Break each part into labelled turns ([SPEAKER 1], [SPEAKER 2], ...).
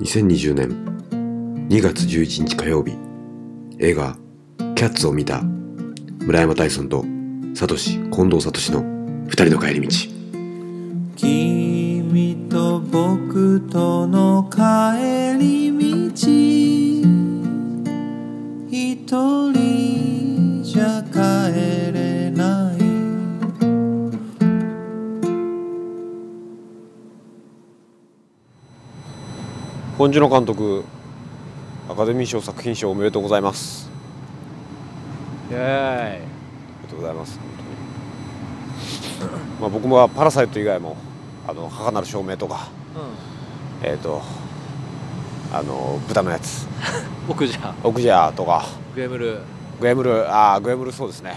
[SPEAKER 1] 2020年2月11日火曜日映画「キャッツ」を見た村山大尊とサトシ近藤サトシの2人の帰り道
[SPEAKER 2] 君と僕との帰り道一人じゃ帰れない
[SPEAKER 3] 本日の監督アカデミー賞作品賞おめでとうございます
[SPEAKER 4] イエ
[SPEAKER 3] おめでとうございます本当にまあ僕もはパラサイト以外もあの母なる証明とか
[SPEAKER 4] ーイ、
[SPEAKER 3] えっ、とあの豚のやつ
[SPEAKER 4] 奥じゃ
[SPEAKER 3] オクジャーとか
[SPEAKER 4] グエムル
[SPEAKER 3] グエムルああグエムルそうですね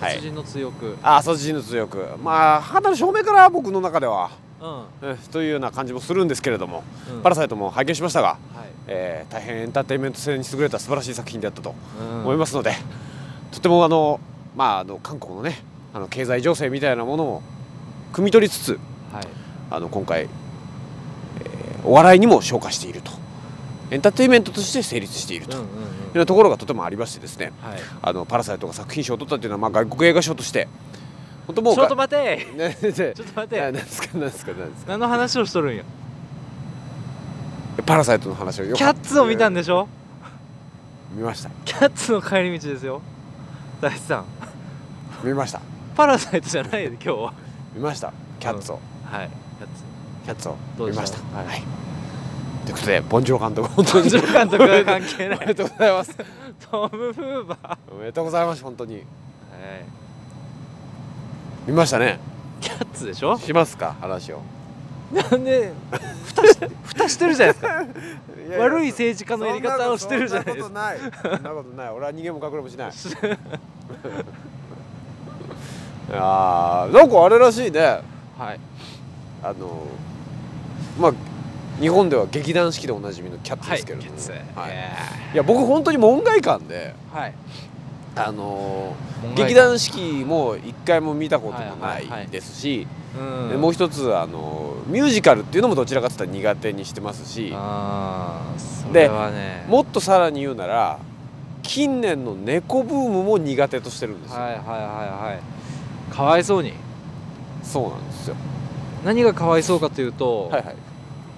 [SPEAKER 3] は
[SPEAKER 4] 殺
[SPEAKER 3] い
[SPEAKER 4] 人の強く、
[SPEAKER 3] ああ殺人の強くまあ母なる証明から僕の中ではうんというような感じもするんですけれども、
[SPEAKER 4] うん、うん
[SPEAKER 3] パラサイトも拝見しましたが、
[SPEAKER 4] はい、
[SPEAKER 3] えー大変エンターテインメント性に優れた素晴らしい作品であったと
[SPEAKER 4] うん
[SPEAKER 3] 思いますので、とてもあの、まあ、あの韓国のねあの経済情勢みたいなものを汲み取りつつ
[SPEAKER 4] はい、
[SPEAKER 3] あの今回、えーお笑いにも昇華しているとエンターテインメントとして成立している
[SPEAKER 4] う
[SPEAKER 3] と
[SPEAKER 4] ん
[SPEAKER 3] いううんよ
[SPEAKER 4] うん
[SPEAKER 3] うなところがとてもありましてですね
[SPEAKER 4] はい
[SPEAKER 3] 「あのパラサイト」が作品賞を取ったというのは、まあ、外国映画賞として本当もう
[SPEAKER 4] ちょっと
[SPEAKER 3] 待
[SPEAKER 4] 待て
[SPEAKER 3] って
[SPEAKER 4] ちょっと待
[SPEAKER 3] 何
[SPEAKER 4] て
[SPEAKER 3] ですか何ですか何です
[SPEAKER 4] 何の話をしとるんや
[SPEAKER 3] かパラサイトの話をよく
[SPEAKER 4] キャッツを見たんでしょ
[SPEAKER 3] 見ました
[SPEAKER 4] キャッツの帰り道ですよ大地さん
[SPEAKER 3] 見ました
[SPEAKER 4] パラサイトじゃないで今日は
[SPEAKER 3] 見ましたキャッツを、
[SPEAKER 4] はいキャッツ
[SPEAKER 3] キャッツを
[SPEAKER 4] どう
[SPEAKER 3] 見
[SPEAKER 4] でした
[SPEAKER 3] ましたはい、ということでボンジョロ監 督本当に
[SPEAKER 4] 本庄監督は関係な
[SPEAKER 3] おめで
[SPEAKER 4] い
[SPEAKER 3] とうございます。
[SPEAKER 4] トム・フーバー、は
[SPEAKER 3] おめでとうございます、本当に。
[SPEAKER 4] い、
[SPEAKER 3] 見ましたね。
[SPEAKER 4] キャッツでしょ
[SPEAKER 3] しますか、話を。
[SPEAKER 4] なんで蓋し 蓋してるじゃないですか悪い
[SPEAKER 3] い
[SPEAKER 4] 政治家のやり方をしてるじゃないですか
[SPEAKER 3] か。そんなことない。そんなことない。俺は逃げも隠れもし ない。ああ、なんかあれらしいね。
[SPEAKER 4] はい
[SPEAKER 3] あの、まあ、日本では劇団四季でおなじみのキャッツ
[SPEAKER 4] は
[SPEAKER 3] で
[SPEAKER 4] い
[SPEAKER 3] す
[SPEAKER 4] キ
[SPEAKER 3] け
[SPEAKER 4] ャ
[SPEAKER 3] れど
[SPEAKER 4] ッ
[SPEAKER 3] も。
[SPEAKER 4] ツ
[SPEAKER 3] はい。
[SPEAKER 4] え
[SPEAKER 3] いや、僕本当に門外観で、
[SPEAKER 4] ーはい
[SPEAKER 3] あの
[SPEAKER 4] 門外漢
[SPEAKER 3] 劇団四季も一回も見たこともな
[SPEAKER 4] はいはいはいい
[SPEAKER 3] ですし、
[SPEAKER 4] う
[SPEAKER 3] で
[SPEAKER 4] ん
[SPEAKER 3] もう一つあのミュージカルっていうのもどちらかといったら苦手にしてますし
[SPEAKER 4] ああそ
[SPEAKER 3] で
[SPEAKER 4] れはね
[SPEAKER 3] もっとさらに言うなら近年の猫ブームも苦手としてるんですよ、
[SPEAKER 4] はいはいはいはいかわいそうに
[SPEAKER 3] そうなんですよ
[SPEAKER 4] 何がかわいそうかというと、
[SPEAKER 3] はいはい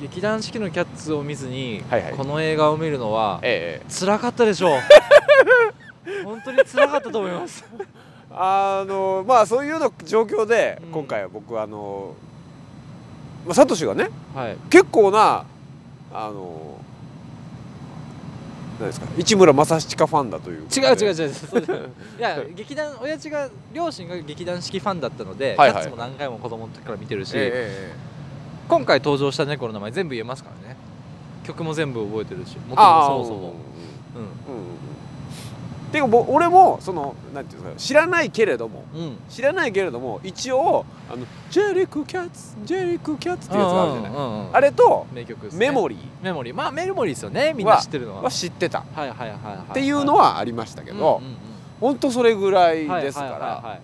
[SPEAKER 4] 劇団四季のキャッツを見ずに、
[SPEAKER 3] はいはい
[SPEAKER 4] この映画を見るのは
[SPEAKER 3] ええ
[SPEAKER 4] 辛かったでしょ う本当に辛かったと思います
[SPEAKER 3] あのまあそういうような状況で、
[SPEAKER 4] うん
[SPEAKER 3] 今回は僕あの、まあ、サトシがね
[SPEAKER 4] はい
[SPEAKER 3] 結構なあの何ですか市村正親ファンだという
[SPEAKER 4] 違う違う
[SPEAKER 3] う
[SPEAKER 4] 違うそうじゃないいや劇団親父が両親が劇団四季ファンだったので、
[SPEAKER 3] はいはい
[SPEAKER 4] キャッツも何回も子供の時から見てるし、
[SPEAKER 3] ええ
[SPEAKER 4] 今回登場した猫の名前全部言えますからね曲も全部覚えてるし元
[SPEAKER 3] ああ
[SPEAKER 4] もそもそも
[SPEAKER 3] うんうんうんていうかぼ俺もそのなんていうんですか知らないけれども
[SPEAKER 4] うんうん
[SPEAKER 3] 知らないけれども一応あのジェリック・キャッツジェリック・キャッツっていうやつがあるじゃない
[SPEAKER 4] ない
[SPEAKER 3] あれと
[SPEAKER 4] 名曲ですね
[SPEAKER 3] メモリ
[SPEAKER 4] メモリーまあメモリーですよねみんな知ってるの
[SPEAKER 3] ー
[SPEAKER 4] は
[SPEAKER 3] は知ってたっ
[SPEAKER 4] はいはいはいはいって
[SPEAKER 3] いうのはありましたけど本当それぐらいですか
[SPEAKER 4] はいはいはい
[SPEAKER 3] ら
[SPEAKER 4] はい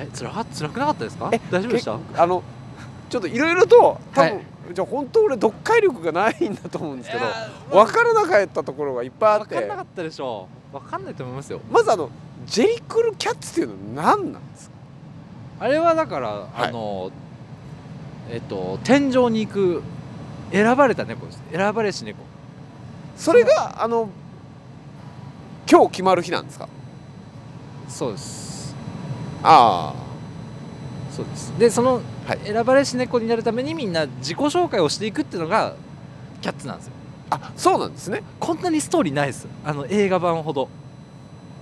[SPEAKER 3] うん
[SPEAKER 4] 大つらつらくなかったですか
[SPEAKER 3] え
[SPEAKER 4] 大丈夫でした
[SPEAKER 3] 結構あのちょっといろいろと多
[SPEAKER 4] は
[SPEAKER 3] 分じゃあ本当俺読解力がないんだと思うんですけ
[SPEAKER 4] いや
[SPEAKER 3] ど分からなかったところがいっぱいあっ
[SPEAKER 4] 分かん
[SPEAKER 3] て
[SPEAKER 4] なかったでしょ分かんないと思いますよ
[SPEAKER 3] まずあのジェリクル・キャッツっていうのは何なんですか
[SPEAKER 4] あれはだから
[SPEAKER 3] はい
[SPEAKER 4] あのえっと天井に行く選ばれた猫です選ばれし猫
[SPEAKER 3] それがあの今日決まる日なんですか
[SPEAKER 4] そうです
[SPEAKER 3] ああ
[SPEAKER 4] そうですでその
[SPEAKER 3] はい
[SPEAKER 4] 選ばれし猫になるためにみんな自己紹介をしていくっていうのがキャッツなんですよ
[SPEAKER 3] あそうなんですね
[SPEAKER 4] こんなにストーリーないですあの映画版ほど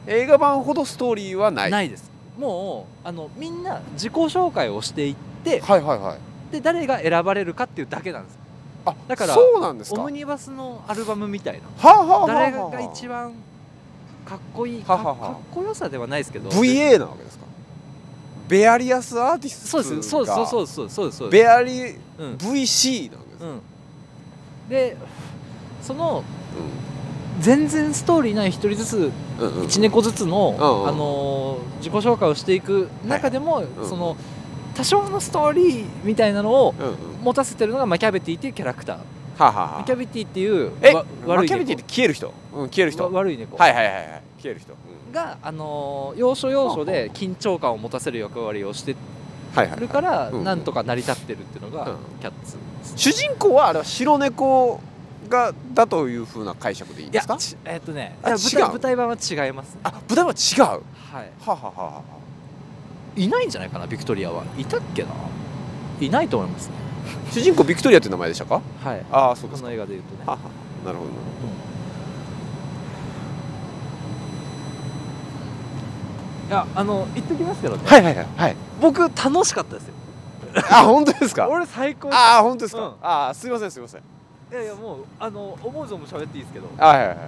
[SPEAKER 3] 映画版ほどストーリーはない
[SPEAKER 4] ないですもうあのみんな自己紹介をしていって
[SPEAKER 3] はいはいはい
[SPEAKER 4] で誰が選ばれるかっていうだけなんです
[SPEAKER 3] あ
[SPEAKER 4] だから
[SPEAKER 3] そうなんですか
[SPEAKER 4] オム
[SPEAKER 3] は
[SPEAKER 4] ニバスのアルバムみたいな
[SPEAKER 3] あ、はあはあはあ、
[SPEAKER 4] 誰が一番かっこいいか
[SPEAKER 3] ははは
[SPEAKER 4] かっこよさではないですけど
[SPEAKER 3] VA なわけですかベアリアスアーティス
[SPEAKER 4] そうですそうですそううですそうですそうですそうです
[SPEAKER 3] ベアリ
[SPEAKER 4] うん
[SPEAKER 3] VC なわけです
[SPEAKER 4] う
[SPEAKER 3] か、
[SPEAKER 4] んでその
[SPEAKER 3] うん
[SPEAKER 4] 全然ストーリーない一人ずつ
[SPEAKER 3] うんうん
[SPEAKER 4] 一猫ずつの、
[SPEAKER 3] うんうん
[SPEAKER 4] あのー自己紹介をしていく中でも、
[SPEAKER 3] うん
[SPEAKER 4] その多少のストーリーみたいなのを
[SPEAKER 3] うんうん
[SPEAKER 4] 持たせてるのがマキャベティっていうキャラクター
[SPEAKER 3] はあ、はあは
[SPEAKER 4] マ
[SPEAKER 3] あ
[SPEAKER 4] キャビティっていう
[SPEAKER 3] え
[SPEAKER 4] わ
[SPEAKER 3] マ
[SPEAKER 4] 悪い
[SPEAKER 3] キャビティ
[SPEAKER 4] 猫
[SPEAKER 3] って消える人、うん、消える人
[SPEAKER 4] わ
[SPEAKER 3] はい
[SPEAKER 4] 悪い猫、
[SPEAKER 3] はいはいはい消える人、うん
[SPEAKER 4] が、あのー要所要所で緊張感を持たせる役割をして
[SPEAKER 3] はいはい
[SPEAKER 4] るから、
[SPEAKER 3] うんうん
[SPEAKER 4] なんとか成り立ってるっていうのが、
[SPEAKER 3] うん
[SPEAKER 4] キャッツです
[SPEAKER 3] 主人公はあれは白猫がだというふうな解釈でいいん
[SPEAKER 4] い
[SPEAKER 3] で
[SPEAKER 4] や
[SPEAKER 3] すか
[SPEAKER 4] ちえっ、とね
[SPEAKER 3] あ
[SPEAKER 4] いや舞台
[SPEAKER 3] 違う
[SPEAKER 4] 舞台版は違いますね
[SPEAKER 3] あ舞台は違うは
[SPEAKER 4] はい
[SPEAKER 3] あ、はあはあはあ
[SPEAKER 4] いないんじゃないかなビクトリアはいたっけないないと思いますね
[SPEAKER 3] 主人公ビクトリアという名前でしたか
[SPEAKER 4] はい
[SPEAKER 3] ああそうで
[SPEAKER 4] こ
[SPEAKER 3] すか
[SPEAKER 4] の映画で言うとね
[SPEAKER 3] はあはあなるほどなるほ
[SPEAKER 4] いやあの言っときますけどね、
[SPEAKER 3] どはいはいはいはい
[SPEAKER 4] 僕楽しかったですよ
[SPEAKER 3] あ本当ですか
[SPEAKER 4] 俺最高
[SPEAKER 3] ああ本当ですか、
[SPEAKER 4] うん
[SPEAKER 3] ああすいませんすいません
[SPEAKER 4] いやいやもうあの思う存分喋っていいですけど
[SPEAKER 3] あはいはいはい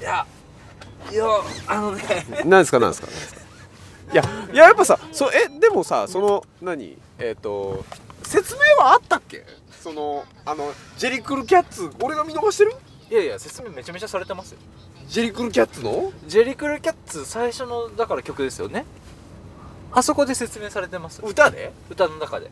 [SPEAKER 4] いやいやあのね
[SPEAKER 3] なんですかなんですかなんですかいやいややっぱさそえでもさその何えっ、と説明はあったっけそのあのジェリクルキャッツ俺が見逃してる
[SPEAKER 4] いやいや説明めちゃめちゃされてますよ
[SPEAKER 3] ジェリクルキャッツの
[SPEAKER 4] ジェリクルキャッツ最初のだから曲ですよねあそこで説明されてます
[SPEAKER 3] 歌で
[SPEAKER 4] 歌の中で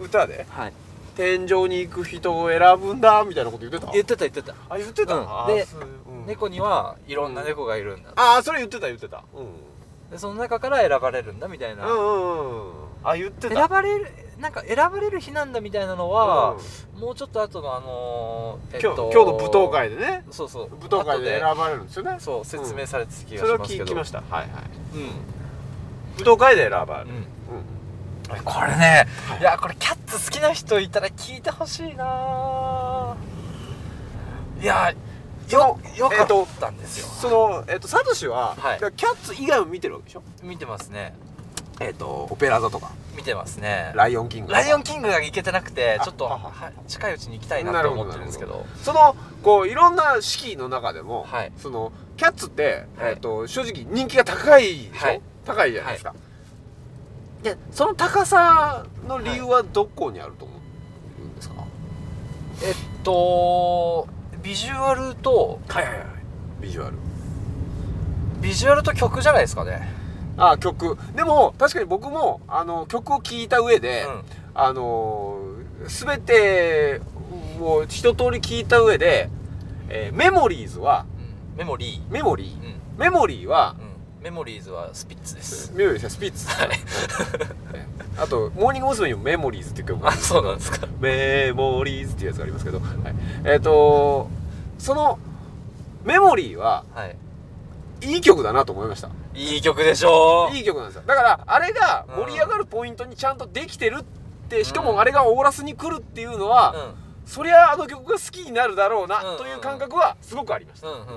[SPEAKER 3] 歌で
[SPEAKER 4] はい
[SPEAKER 3] 天井に行く人を選ぶんだみたいなこと言ってた
[SPEAKER 4] 言ってた言ってた
[SPEAKER 3] あ言ってた、
[SPEAKER 4] うん
[SPEAKER 3] あ
[SPEAKER 4] で
[SPEAKER 3] そううん
[SPEAKER 4] 猫にはいろんな猫がいるんだ
[SPEAKER 3] ああそれ言ってた言ってたうん
[SPEAKER 4] でその中から選ばれるんだみたいな、
[SPEAKER 3] うんうんうんあ言ってた
[SPEAKER 4] 選ばれるなんか選ばれる日なんだみたいなのは、もうちょっと後のあのーえっ
[SPEAKER 3] 今日
[SPEAKER 4] と
[SPEAKER 3] 今日の舞踏会でね
[SPEAKER 4] そうそう
[SPEAKER 3] 舞踏会で選ばれるんですよね
[SPEAKER 4] 後でそう説明されてた気
[SPEAKER 3] それ
[SPEAKER 4] がし
[SPEAKER 3] は
[SPEAKER 4] ますけ
[SPEAKER 3] 聞
[SPEAKER 4] ど
[SPEAKER 3] きま
[SPEAKER 4] し
[SPEAKER 3] したはいはい
[SPEAKER 4] たうん、
[SPEAKER 3] 舞踏会で選ばれる、
[SPEAKER 4] うん、これね、い、やこれキャッツ好きな人いたら聞いてほしいなぁいやよよかったんですよ、
[SPEAKER 3] そのえっとサトシは、
[SPEAKER 4] はい
[SPEAKER 3] キャッツ以外を見てるわけでしょ
[SPEAKER 4] 見てますね
[SPEAKER 3] えっとオペラ座とか
[SPEAKER 4] 見てますね
[SPEAKER 3] ライオンキングとか
[SPEAKER 4] ライオンキングが行けてなくて
[SPEAKER 3] あ
[SPEAKER 4] ちょっと
[SPEAKER 3] あ
[SPEAKER 4] は近いうちに行きたいな
[SPEAKER 3] なる
[SPEAKER 4] と
[SPEAKER 3] ほど
[SPEAKER 4] 思ってるんですけど
[SPEAKER 3] そのこういろんな式の中でも、
[SPEAKER 4] はい
[SPEAKER 3] そのキャッツって、
[SPEAKER 4] は
[SPEAKER 3] え
[SPEAKER 4] い
[SPEAKER 3] っと正直人気が高いでしょ、
[SPEAKER 4] はい
[SPEAKER 3] 高いじゃないですか、でその高さの理由はどこにあると思うんですか、
[SPEAKER 4] えっとビジュアルと
[SPEAKER 3] はいはいはいビジュアル
[SPEAKER 4] ビジュアルと曲じゃないですかね、
[SPEAKER 3] あ曲でも確かに僕もあの曲を聴いた上で、
[SPEAKER 4] うん
[SPEAKER 3] あのー、全てを一通り聞いた上で、えーメモリーズは
[SPEAKER 4] うんメモリー、
[SPEAKER 3] メモリー
[SPEAKER 4] うん
[SPEAKER 3] メモリーは、
[SPEAKER 4] うんメモリーズはスピッツです
[SPEAKER 3] メモリーズはスピッツ、
[SPEAKER 4] はい
[SPEAKER 3] ねあとモーニング娘。にもメモリーズっていう曲があ
[SPEAKER 4] あ
[SPEAKER 3] るんです
[SPEAKER 4] そうなんですか
[SPEAKER 3] メモリーズっていうやつがありますけど、はいえっ、とそのメモリーは
[SPEAKER 4] はい
[SPEAKER 3] いい曲だなと思いました
[SPEAKER 4] いい曲でしょ
[SPEAKER 3] いい曲なんですよだからあれが盛り上がるポイントにちゃんとできてるってしかもあれがオーラスに来るっていうのは、
[SPEAKER 4] うん
[SPEAKER 3] そりゃあの曲が好きになるだろう
[SPEAKER 4] うんうんう
[SPEAKER 3] なんという感覚はすごくありました、
[SPEAKER 4] うんうんうん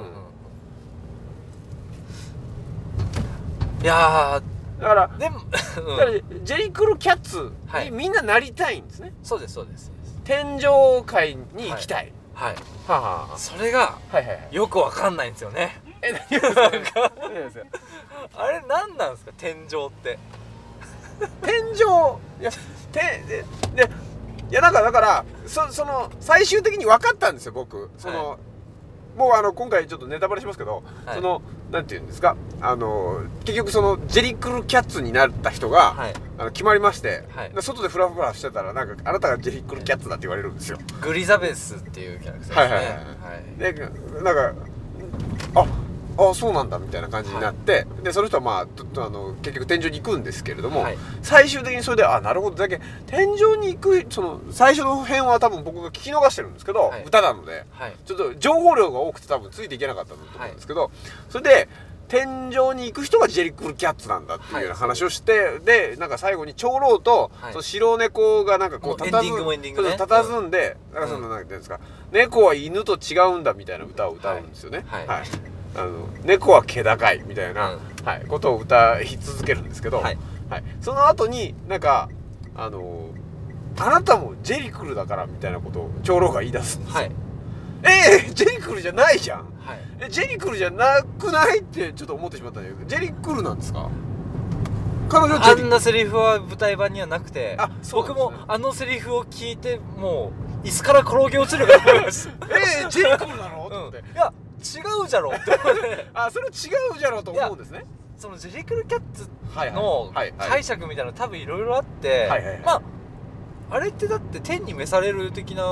[SPEAKER 4] いや
[SPEAKER 3] だから
[SPEAKER 4] ーでも、
[SPEAKER 3] だか
[SPEAKER 4] うん
[SPEAKER 3] らジェリクルキャッツ
[SPEAKER 4] は
[SPEAKER 3] に
[SPEAKER 4] い
[SPEAKER 3] みんななりたいんですね、
[SPEAKER 4] そうですそうです
[SPEAKER 3] 天井界に行きたい、
[SPEAKER 4] はい
[SPEAKER 3] はあはあは
[SPEAKER 4] それが
[SPEAKER 3] あはいはいはい
[SPEAKER 4] よくわかんないんですよね
[SPEAKER 3] え何がですか
[SPEAKER 4] あれ何なんですか天井って
[SPEAKER 3] 天井いやてででいやなんかだからそその最終的に分かったんですよ僕その、もうあの今回ちょっとネタバレしますけど、
[SPEAKER 4] はい
[SPEAKER 3] そのなんていうんですかあの結局そのジェリクルキャッツになった人が、
[SPEAKER 4] はい
[SPEAKER 3] あの決まりまして、
[SPEAKER 4] はい
[SPEAKER 3] 外でフラフラしてたらなんかあなたがジェリクルキャッツだって言われるんですよ
[SPEAKER 4] グリザベスっていうキャラクターですね
[SPEAKER 3] はいはい
[SPEAKER 4] はい
[SPEAKER 3] でなんかああそうなんだみたいな感じになって、でその人はまあちょっとあの結局天井に行くんですけれども、
[SPEAKER 4] はい
[SPEAKER 3] 最終的にそれであなるほどだけ天井に行くその最初の辺は多分僕が聞き逃してるんですけど、
[SPEAKER 4] はい
[SPEAKER 3] 歌なので
[SPEAKER 4] はい
[SPEAKER 3] ちょっと情報量が多くて多分ついていけなかったんだと思うんですけど、それで天井に行く人がジェリックルキャッツなんだっていうような話をして、でなんか最後に長老と、
[SPEAKER 4] はい
[SPEAKER 3] その白猫がなんかこう
[SPEAKER 4] もう
[SPEAKER 3] 佇
[SPEAKER 4] エンディングもエンディングね
[SPEAKER 3] そうそう佇んで、なんかそのなんていうんですか猫は犬と違うんだみたいな歌を歌うんですよね。
[SPEAKER 4] はい
[SPEAKER 3] あの猫は毛高いみたいな、
[SPEAKER 4] うん
[SPEAKER 3] はい、ことを歌い続けるんですけど、
[SPEAKER 4] はい
[SPEAKER 3] はいその後になんかあのあなたもジェリクルだからみたいなことを長老が言い出すんですよ
[SPEAKER 4] はい
[SPEAKER 3] ええジェリクルじゃないじゃん
[SPEAKER 4] はい
[SPEAKER 3] えジェリクルじゃなくないってちょっと思ってしまったんだけどジェリクルなんですか彼女ジ
[SPEAKER 4] あ
[SPEAKER 3] ェリ
[SPEAKER 4] んなセリフは舞台版にはなくて
[SPEAKER 3] あそうなんで
[SPEAKER 4] 僕
[SPEAKER 3] すね
[SPEAKER 4] もあのセリフを聞いてもう椅子から転げ落ちるかと思いました、
[SPEAKER 3] ええジェリクルなのと
[SPEAKER 4] う
[SPEAKER 3] 思っ
[SPEAKER 4] ん、
[SPEAKER 3] て
[SPEAKER 4] いや違うじゃろって思って
[SPEAKER 3] あそれ違うじゃろうと思うんですね
[SPEAKER 4] そのジェリクル・キャッツ
[SPEAKER 3] はい
[SPEAKER 4] の
[SPEAKER 3] はいはい
[SPEAKER 4] 解釈みたいなの多分いろいろあって、
[SPEAKER 3] はいはいはい
[SPEAKER 4] まああれってだって天に召される的な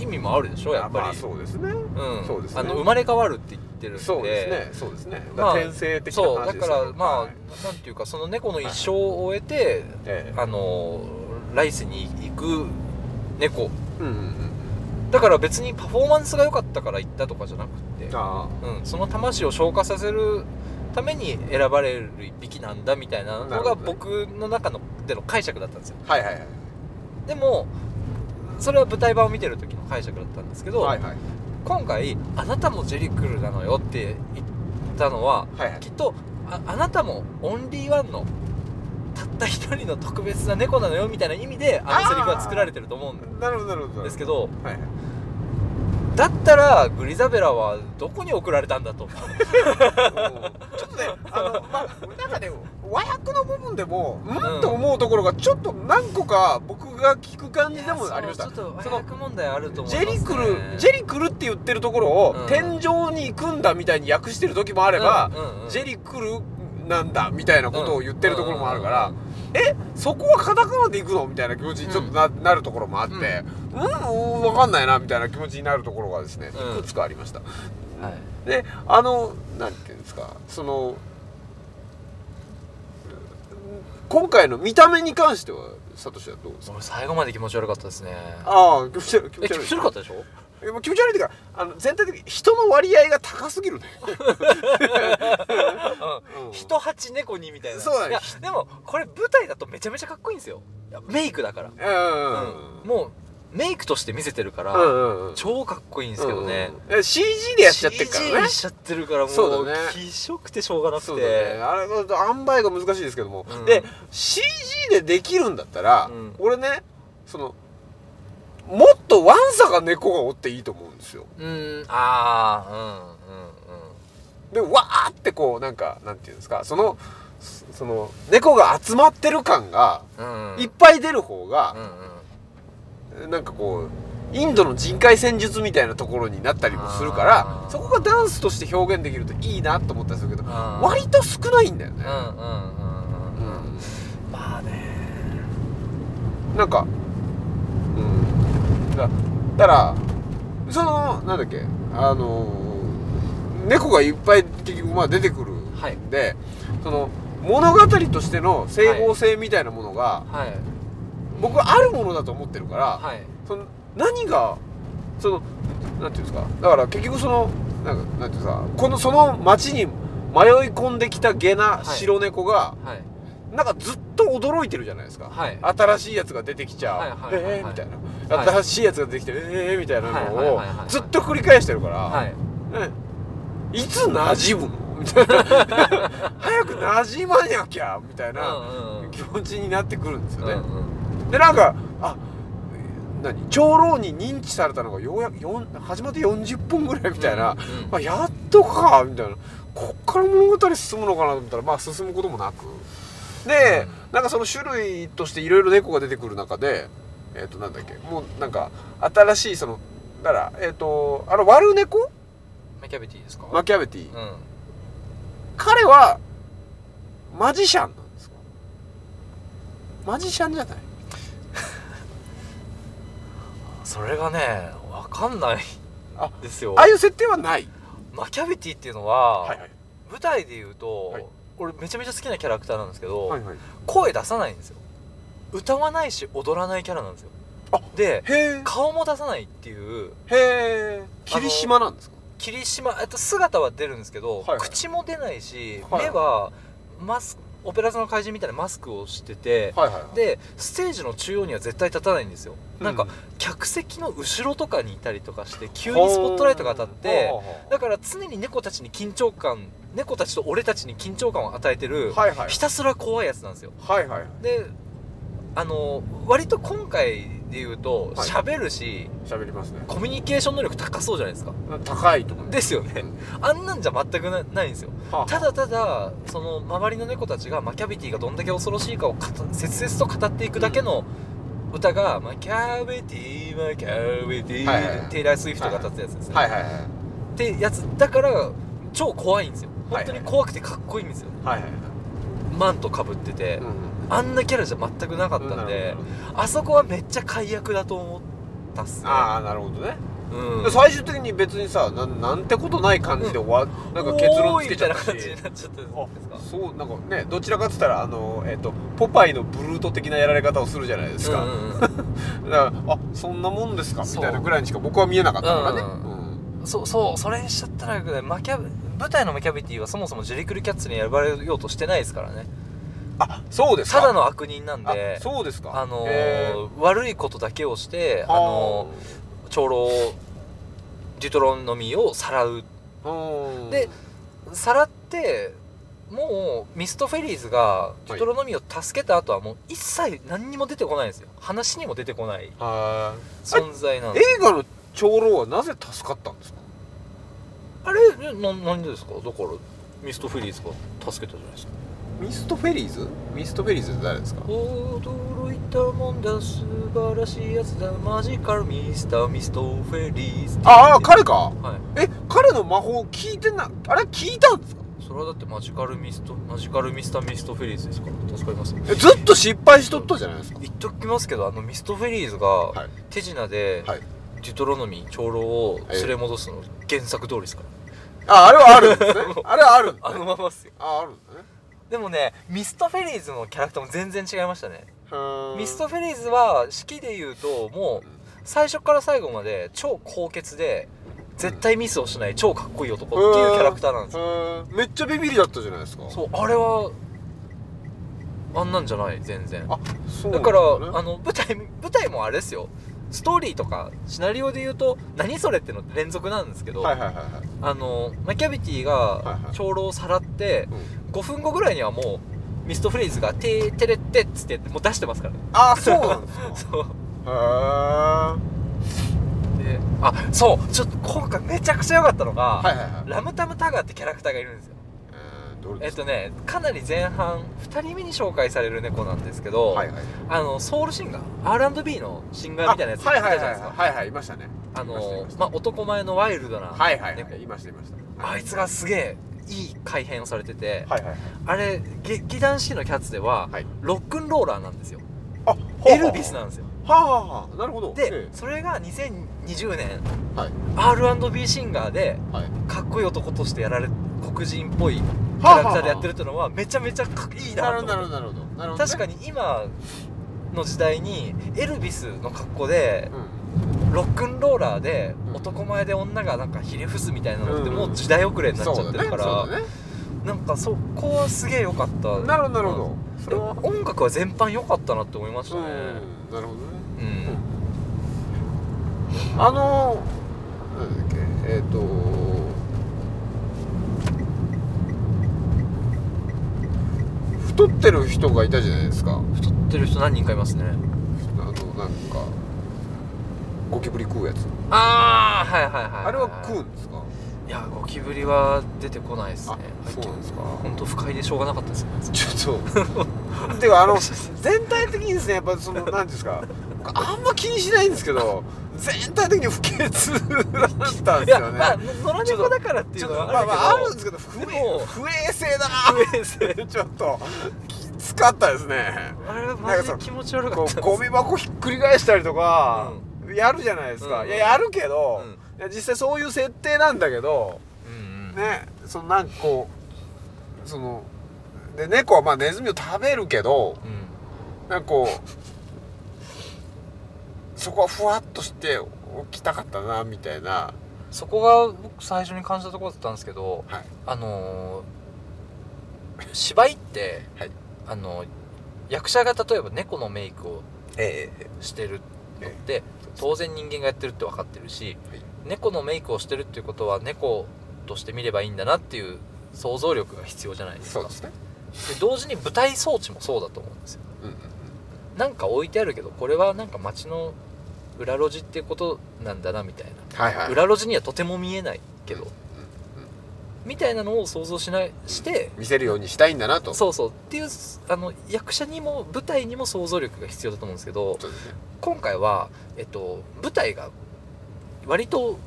[SPEAKER 4] 意味もあるでしょやっぱり、
[SPEAKER 3] まあそうですね
[SPEAKER 4] うん
[SPEAKER 3] そうですね
[SPEAKER 4] あの生まれ変わるって言ってるんで
[SPEAKER 3] そうですねそうですねだ
[SPEAKER 4] まあ
[SPEAKER 3] から転生的な
[SPEAKER 4] そう
[SPEAKER 3] 話
[SPEAKER 4] だ
[SPEAKER 3] ですよ
[SPEAKER 4] からまあ、
[SPEAKER 3] はい
[SPEAKER 4] なんていうかその猫の一生を終えて、
[SPEAKER 3] え
[SPEAKER 4] あの来世に行く猫
[SPEAKER 3] えうんうんうん
[SPEAKER 4] だから別にパフォーマンスが良かったから行ったとかじゃなくて、
[SPEAKER 3] あ
[SPEAKER 4] うん、その魂を消化させるために選ばれる一匹なんだみたい
[SPEAKER 3] な
[SPEAKER 4] なの
[SPEAKER 3] るほ
[SPEAKER 4] が
[SPEAKER 3] どね
[SPEAKER 4] 僕の中のでの解釈だったんですよ
[SPEAKER 3] あはいはいはい
[SPEAKER 4] でもそれは舞台版を見てる時の解釈だったんですけど、
[SPEAKER 3] はいはい
[SPEAKER 4] 今回「あなたもジェリクルなのよ」って言ったのは
[SPEAKER 3] はいはい
[SPEAKER 4] きっとああなたもオンリーワンのたった一人の特別な猫なのよみたいな意味であのセリフは作られてると思うん
[SPEAKER 3] なるほどなるほど
[SPEAKER 4] ですけ
[SPEAKER 3] は
[SPEAKER 4] ど
[SPEAKER 3] いはい
[SPEAKER 4] だったらグリザベラはどこに送られたんだ
[SPEAKER 3] ち
[SPEAKER 4] と
[SPEAKER 3] ょっとね、あの、まあ、なんかね、和訳の部分でも、うんと思うところが、ちょっと何個か、僕が聞く感じでもありました。
[SPEAKER 4] いやそうちょっ
[SPEAKER 3] そ
[SPEAKER 4] と
[SPEAKER 3] の
[SPEAKER 4] 和訳問題あると思
[SPEAKER 3] ジ
[SPEAKER 4] い
[SPEAKER 3] ェ
[SPEAKER 4] ます、ね、
[SPEAKER 3] リクル、ジェリクルって言ってるところを、
[SPEAKER 4] うん
[SPEAKER 3] 天井に行くんだみたいに訳してる時もあれば、
[SPEAKER 4] うんうんうん
[SPEAKER 3] ジェリクルなんだみたいなことを言ってるところもあるから、
[SPEAKER 4] うん
[SPEAKER 3] えそこはカタカナで行くのみたいな気持ちにちょっとな,、るところもあって、うん、うん分かんないなみたいな気持ちになるところがですね、
[SPEAKER 4] うん
[SPEAKER 3] いくつかありました。
[SPEAKER 4] はい
[SPEAKER 3] であのなんていうんですかその今回の見た目に関してはサトシはどうですか
[SPEAKER 4] 俺最後まで気持ち悪かったですね
[SPEAKER 3] ああ気持ち悪い気
[SPEAKER 4] え
[SPEAKER 3] 持ち
[SPEAKER 4] 気
[SPEAKER 3] 悪
[SPEAKER 4] 持
[SPEAKER 3] い
[SPEAKER 4] ち悪かったでしょ
[SPEAKER 3] えもう気持ち悪いっていうかあの全体的に人の割合が高すぎるね
[SPEAKER 4] うん人八猫二みたいな
[SPEAKER 3] そうだね
[SPEAKER 4] いやでもこれ舞台だとめちゃめちゃかっこいいんですよいやメイクだから、
[SPEAKER 3] うんうん
[SPEAKER 4] うんもうメイクとして見せてるから、
[SPEAKER 3] うんうん
[SPEAKER 4] 超かっこいいんですけどね、
[SPEAKER 3] うんえ CG でやっちゃってるか
[SPEAKER 4] CG
[SPEAKER 3] らね
[SPEAKER 4] にしちゃってるからも
[SPEAKER 3] そう
[SPEAKER 4] う
[SPEAKER 3] だね
[SPEAKER 4] きしょくてしょうがなくて
[SPEAKER 3] そうだねあれの塩梅が難しいですけども、
[SPEAKER 4] うん
[SPEAKER 3] で CG でできるんだったら、
[SPEAKER 4] うん
[SPEAKER 3] 俺ねそのもっとワンサが猫がおっていいと思うんですよ
[SPEAKER 4] うんああうんうんうん
[SPEAKER 3] でわーってこうなんかなんていうんですかそのそその猫が集まってる感が
[SPEAKER 4] うん
[SPEAKER 3] いっぱい出る方
[SPEAKER 4] う
[SPEAKER 3] が、
[SPEAKER 4] んうん
[SPEAKER 3] なんかこうインドの人海戦術みたいなところになったりもするから
[SPEAKER 4] あー
[SPEAKER 3] そこがダンスとして表現できるといいなと思ったりするけど
[SPEAKER 4] あー
[SPEAKER 3] 割と少ないんだよね
[SPEAKER 4] う、んうんうんうんうんまあね
[SPEAKER 3] うんなんかうんだだからそのなんだっけあのー猫がいっぱい結局まあ出てくる
[SPEAKER 4] はい
[SPEAKER 3] んで、その物語としての整合性みたいなものが、
[SPEAKER 4] はい
[SPEAKER 3] 僕はあるものだと思ってるから、
[SPEAKER 4] はい
[SPEAKER 3] その何がそのなんていうんですかだから結局そのなんかなんていうんですかこのその町に迷い込んできた下
[SPEAKER 4] は
[SPEAKER 3] ない白猫が、
[SPEAKER 4] はい
[SPEAKER 3] なんかずっと驚いてるじゃないですか、
[SPEAKER 4] はい
[SPEAKER 3] 新しいやつが出てきちゃう、
[SPEAKER 4] はいはいはいはい
[SPEAKER 3] えーみたいな、
[SPEAKER 4] はい
[SPEAKER 3] 新しいやつが出てきてえーみたいな
[SPEAKER 4] はい
[SPEAKER 3] の
[SPEAKER 4] はい
[SPEAKER 3] を
[SPEAKER 4] はいはいはい
[SPEAKER 3] ずっと繰り返してるから、
[SPEAKER 4] はい
[SPEAKER 3] ねいつ馴染むのみたい な早く馴染まなきゃみたいな
[SPEAKER 4] うんうんうん
[SPEAKER 3] 気持ちになってくるんですよね、
[SPEAKER 4] うんうん
[SPEAKER 3] でなんかあえー何長老に認知されたのがようやくよん始まって40分ぐらいみたいな、
[SPEAKER 4] うん
[SPEAKER 3] まあ、やっとかみたいなこっから物語進むのかなと思ったらまあ進むこともなくで、なんかその種類としていろいろ猫が出てくる中でえっ、となんだっけもうなんか新しいそのだからえっ、とあの悪猫
[SPEAKER 4] マキャベティですか
[SPEAKER 3] マキャベティ、
[SPEAKER 4] うん
[SPEAKER 3] 彼はマジシャンなんですかマジシャンじゃない
[SPEAKER 4] それがねわかんない
[SPEAKER 3] あ
[SPEAKER 4] ですよ
[SPEAKER 3] ああいう設定はない
[SPEAKER 4] マキャベティっていうのは、
[SPEAKER 3] はい
[SPEAKER 4] 舞台で言うと、
[SPEAKER 3] はい
[SPEAKER 4] 俺めちゃめちゃ好きなキャラクターなんですけど、
[SPEAKER 3] はいはい
[SPEAKER 4] 声出さないんですよ歌わないし踊らないキャラなんですよ
[SPEAKER 3] あ
[SPEAKER 4] で
[SPEAKER 3] へ
[SPEAKER 4] 顔も出さないっていう
[SPEAKER 3] えへえ霧島なんですか
[SPEAKER 4] 霧島えっと姿は出るんですけど、
[SPEAKER 3] はいはい
[SPEAKER 4] 口も出ないし、
[SPEAKER 3] はい
[SPEAKER 4] 目はマスクオペラ座の怪人みたいなマスクをしてて、
[SPEAKER 3] はいはいはい
[SPEAKER 4] でステージの中央には絶対立たないんですよ、なん
[SPEAKER 3] う
[SPEAKER 4] か客席の後ろとかにいたりとかして急にスポットライトが当たって
[SPEAKER 3] ほうほうほう
[SPEAKER 4] だから常に猫たちに緊張感猫たちと俺たちに緊張感を与えてる、
[SPEAKER 3] はいはい
[SPEAKER 4] ひたすら怖いやつなんですよ
[SPEAKER 3] はいはい
[SPEAKER 4] であの割と今回で言うと
[SPEAKER 3] はい
[SPEAKER 4] 喋、るし
[SPEAKER 3] 喋りますね
[SPEAKER 4] コミュニケーション能力高そうじゃないですか
[SPEAKER 3] 高いと思う
[SPEAKER 4] ですよねあんなんじゃ全くなないんですよ
[SPEAKER 3] はあ
[SPEAKER 4] ただただその周りの猫たちがマキャビティがどんだけ恐ろしいかをかた切々と語っていくだけの歌が「マキャビティマキャビティ」
[SPEAKER 3] はいはいはい
[SPEAKER 4] テイラー・スウィフトが歌ってたやつですね、
[SPEAKER 3] はいはいはい
[SPEAKER 4] ってやつだから超怖いんですよ
[SPEAKER 3] はい
[SPEAKER 4] 本当に怖くてかっこいいんですよ
[SPEAKER 3] はいはい
[SPEAKER 4] マントかぶってて、
[SPEAKER 3] うん
[SPEAKER 4] あんなキャラじゃ全くなかったんで
[SPEAKER 3] う、
[SPEAKER 4] あそこはめっちゃ解約だと思ったっすね
[SPEAKER 3] ああなるほどね、
[SPEAKER 4] うん
[SPEAKER 3] で最終的に別にさなんなんてことない感じで終わなんか結論つけちゃったし
[SPEAKER 4] おーいみたいな感じになっちゃったん
[SPEAKER 3] あ
[SPEAKER 4] ですか
[SPEAKER 3] そうなんかねどちらかっつったらあの、えっとポパイのブルート的なやられ方をするじゃないですか、
[SPEAKER 4] うんうん
[SPEAKER 3] だからあそんなもんですかみ
[SPEAKER 4] そう
[SPEAKER 3] たいなぐらいにしか僕は見えなかったからね、
[SPEAKER 4] うん
[SPEAKER 3] うん
[SPEAKER 4] うんそうそうそれにしちゃったらよくないマキャ舞台のマキャビティはそもそもジェリクルキャッツに選ばれようとしてないですからね
[SPEAKER 3] あそうですか
[SPEAKER 4] ただの悪人なん
[SPEAKER 3] あ
[SPEAKER 4] で
[SPEAKER 3] そうですか
[SPEAKER 4] あのー
[SPEAKER 3] えー
[SPEAKER 4] 悪いことだけをして、あ
[SPEAKER 3] は
[SPEAKER 4] のー長老デュトロノミーをさらう
[SPEAKER 3] うん
[SPEAKER 4] でさらってもうミストフェリーズが
[SPEAKER 3] い
[SPEAKER 4] デュトロノミーを助けた後はもう一切何にも出てこないんですよ話にも出てこない
[SPEAKER 3] は
[SPEAKER 4] 存在なん
[SPEAKER 3] い
[SPEAKER 4] です
[SPEAKER 3] 映画の長老はなぜ助かったんですか
[SPEAKER 4] あれな何でですかだからミストフェリーズが助けたじゃないですか
[SPEAKER 3] ミストフェリーズミストフェリーズって誰ですか
[SPEAKER 4] 驚いたもんだ素晴らしいやつだマジカルミスターミストフェリーズ
[SPEAKER 3] ああ彼か
[SPEAKER 4] はい
[SPEAKER 3] え彼の魔法聞いてなあれ聞いたんですか
[SPEAKER 4] それはだってマジカルミストマジカルミスターミストフェリーズですから助かります
[SPEAKER 3] えずっと失敗しとったじゃないですか
[SPEAKER 4] 言っときますけどあのミストフェリーズ
[SPEAKER 3] は
[SPEAKER 4] が
[SPEAKER 3] い
[SPEAKER 4] 手品で、
[SPEAKER 3] はい
[SPEAKER 4] デュトロノミー長老を連れ戻すの原作通りですから
[SPEAKER 3] ああれはあるん ですねあれはあるんです
[SPEAKER 4] あ
[SPEAKER 3] ね
[SPEAKER 4] のままっすよ
[SPEAKER 3] ああるんですね
[SPEAKER 4] でもねミストフェリーズのキャラクターも全然違いましたね
[SPEAKER 3] うーん
[SPEAKER 4] ミストフェリーズは式で言うともう最初から最後まで超高潔で絶対ミスをしない超かっこいい男っていうキャラクターなんですよ
[SPEAKER 3] うーんめっちゃビビりだったじゃないですか
[SPEAKER 4] そうあれはあんなんじゃない全然
[SPEAKER 3] あそうな
[SPEAKER 4] だ
[SPEAKER 3] ん
[SPEAKER 4] から
[SPEAKER 3] ね
[SPEAKER 4] あの舞台舞台もあれですよストーリーとかシナリオで言うと「何それ?」っての連続なんですけど、
[SPEAKER 3] はいはいはいはい
[SPEAKER 4] あのマキャビティ
[SPEAKER 3] は
[SPEAKER 4] が
[SPEAKER 3] いはい
[SPEAKER 4] 長老をさらって
[SPEAKER 3] うん
[SPEAKER 4] 5分後ぐらいにはもうミストフレーズが「てーてれって」っつってもう出してますからね
[SPEAKER 3] ああそうなんですか
[SPEAKER 4] そう
[SPEAKER 3] へー
[SPEAKER 4] であそうちょっと今回めちゃくちゃ良かったのが、
[SPEAKER 3] はいはいはい
[SPEAKER 4] ラムタムタガーってキャラクターがいるんですよ
[SPEAKER 3] えーどれ
[SPEAKER 4] え
[SPEAKER 3] で
[SPEAKER 4] っ
[SPEAKER 3] すか
[SPEAKER 4] とねかなり前半2人目に紹介される猫なんですけど、
[SPEAKER 3] はいはい
[SPEAKER 4] あのソウルシンガー R&B のシンガーみたいなやついた
[SPEAKER 3] は
[SPEAKER 4] じ
[SPEAKER 3] い
[SPEAKER 4] ゃな
[SPEAKER 3] はいいはい
[SPEAKER 4] です
[SPEAKER 3] はい
[SPEAKER 4] か
[SPEAKER 3] はいはいいましたね
[SPEAKER 4] あ
[SPEAKER 3] い
[SPEAKER 4] の
[SPEAKER 3] ましたいました
[SPEAKER 4] まあ男前のワイルドな猫、
[SPEAKER 3] はいはいはいいましたいました
[SPEAKER 4] あいつがすげえいい改変をされてて、
[SPEAKER 3] はいはいはい
[SPEAKER 4] あれ劇団 C のキャッツでは、
[SPEAKER 3] はい
[SPEAKER 4] ロックンローラーなんですよ
[SPEAKER 3] あはあ
[SPEAKER 4] エルビスなんですよ
[SPEAKER 3] はあはあはあなるほど
[SPEAKER 4] で
[SPEAKER 3] え
[SPEAKER 4] それが2020年、
[SPEAKER 3] はい
[SPEAKER 4] R&B シンガーで
[SPEAKER 3] えはい
[SPEAKER 4] かっこいい男としてやられ黒人っぽいキ
[SPEAKER 3] はあ
[SPEAKER 4] ャ
[SPEAKER 3] はあ
[SPEAKER 4] ラクターでやってるってのはめちゃめちゃかっこいい
[SPEAKER 3] なる
[SPEAKER 4] な
[SPEAKER 3] ほど
[SPEAKER 4] と
[SPEAKER 3] なる
[SPEAKER 4] 思っ
[SPEAKER 3] ほどなるほどなるほどね
[SPEAKER 4] て確かに今の時代にエルビスの格好で
[SPEAKER 3] うん
[SPEAKER 4] ロックンローラーで
[SPEAKER 3] うん
[SPEAKER 4] 男前で女がなんかひれ伏すみたいなのって
[SPEAKER 3] うん
[SPEAKER 4] もう時代遅れになっち
[SPEAKER 3] そ
[SPEAKER 4] ゃっ
[SPEAKER 3] う
[SPEAKER 4] て
[SPEAKER 3] だね
[SPEAKER 4] る
[SPEAKER 3] そ
[SPEAKER 4] か
[SPEAKER 3] う
[SPEAKER 4] ら
[SPEAKER 3] だね
[SPEAKER 4] なんかそこはすげえ良かった
[SPEAKER 3] なるほどなるほどそれは
[SPEAKER 4] で音楽は全般良かったなって思いました
[SPEAKER 3] う
[SPEAKER 4] ね
[SPEAKER 3] んなるほどね
[SPEAKER 4] うん
[SPEAKER 3] あのなんだっけえっと太ってる人がいたじゃないですか
[SPEAKER 4] 太ってる人何人かいますね
[SPEAKER 3] あのなんかゴキブリ食うやつ
[SPEAKER 4] ああはいはいはいい、
[SPEAKER 3] あれは食うんですか
[SPEAKER 4] いやゴキブリは出てこないですね
[SPEAKER 3] あそうなんですか
[SPEAKER 4] 本当不快でしょうがなかったですね
[SPEAKER 3] ちょ っとてかあの全体的にですねやっぱその何ていうんですかあんま気にしないんですけど全体的に不潔だったん
[SPEAKER 4] い
[SPEAKER 3] です
[SPEAKER 4] や
[SPEAKER 3] よね
[SPEAKER 4] まあ野良猫だからってい
[SPEAKER 3] ちょ
[SPEAKER 4] う
[SPEAKER 3] っと
[SPEAKER 4] の
[SPEAKER 3] まあ
[SPEAKER 4] は
[SPEAKER 3] まああ
[SPEAKER 4] あ
[SPEAKER 3] るん
[SPEAKER 4] る
[SPEAKER 3] で
[SPEAKER 4] け
[SPEAKER 3] すけど不
[SPEAKER 4] でも
[SPEAKER 3] 衛不衛生だな
[SPEAKER 4] ど不衛生
[SPEAKER 3] ちょっときつかったですね
[SPEAKER 4] あれはマジで気持ち悪か
[SPEAKER 3] こ
[SPEAKER 4] っ た
[SPEAKER 3] うゴミ箱ひっくり返したりとか、やるじゃないですか、
[SPEAKER 4] うん
[SPEAKER 3] いややるけど、
[SPEAKER 4] うん
[SPEAKER 3] いや実際そういう設定なんだけど
[SPEAKER 4] うんうん
[SPEAKER 3] ねそのなんかこうそので猫はまあネズミを食べるけど
[SPEAKER 4] うん
[SPEAKER 3] なんかこうそこはふわっとしておきたかったなみたいな
[SPEAKER 4] そこが僕最初に感じたところだったんですけど
[SPEAKER 3] はい
[SPEAKER 4] あのー芝居って、
[SPEAKER 3] はい
[SPEAKER 4] あのー役者が例えば猫のメイクを
[SPEAKER 3] ええ
[SPEAKER 4] してるのって当然人間がやってるって分かってるし、
[SPEAKER 3] はい
[SPEAKER 4] 猫のメイクをしてるっていうことは猫として見ればいいんだなっていう想像力が必要じゃないです
[SPEAKER 3] そう
[SPEAKER 4] か
[SPEAKER 3] ですね
[SPEAKER 4] で同時に舞台装置もそうだと思うんですよ
[SPEAKER 3] うんうん
[SPEAKER 4] なんか置いてあるけどこれはなんか街の裏路地っていうことなんだなみたい
[SPEAKER 3] はいは
[SPEAKER 4] ない裏路地にはとても見えないけど
[SPEAKER 3] うんうん
[SPEAKER 4] みたいなのを想像しないして
[SPEAKER 3] 見せるようにしたいんだなと
[SPEAKER 4] そうそうっていうあの役者にも舞台にも想像力が必要だと思うんですけど
[SPEAKER 3] そうですね
[SPEAKER 4] 今回は、えっと、舞台が割と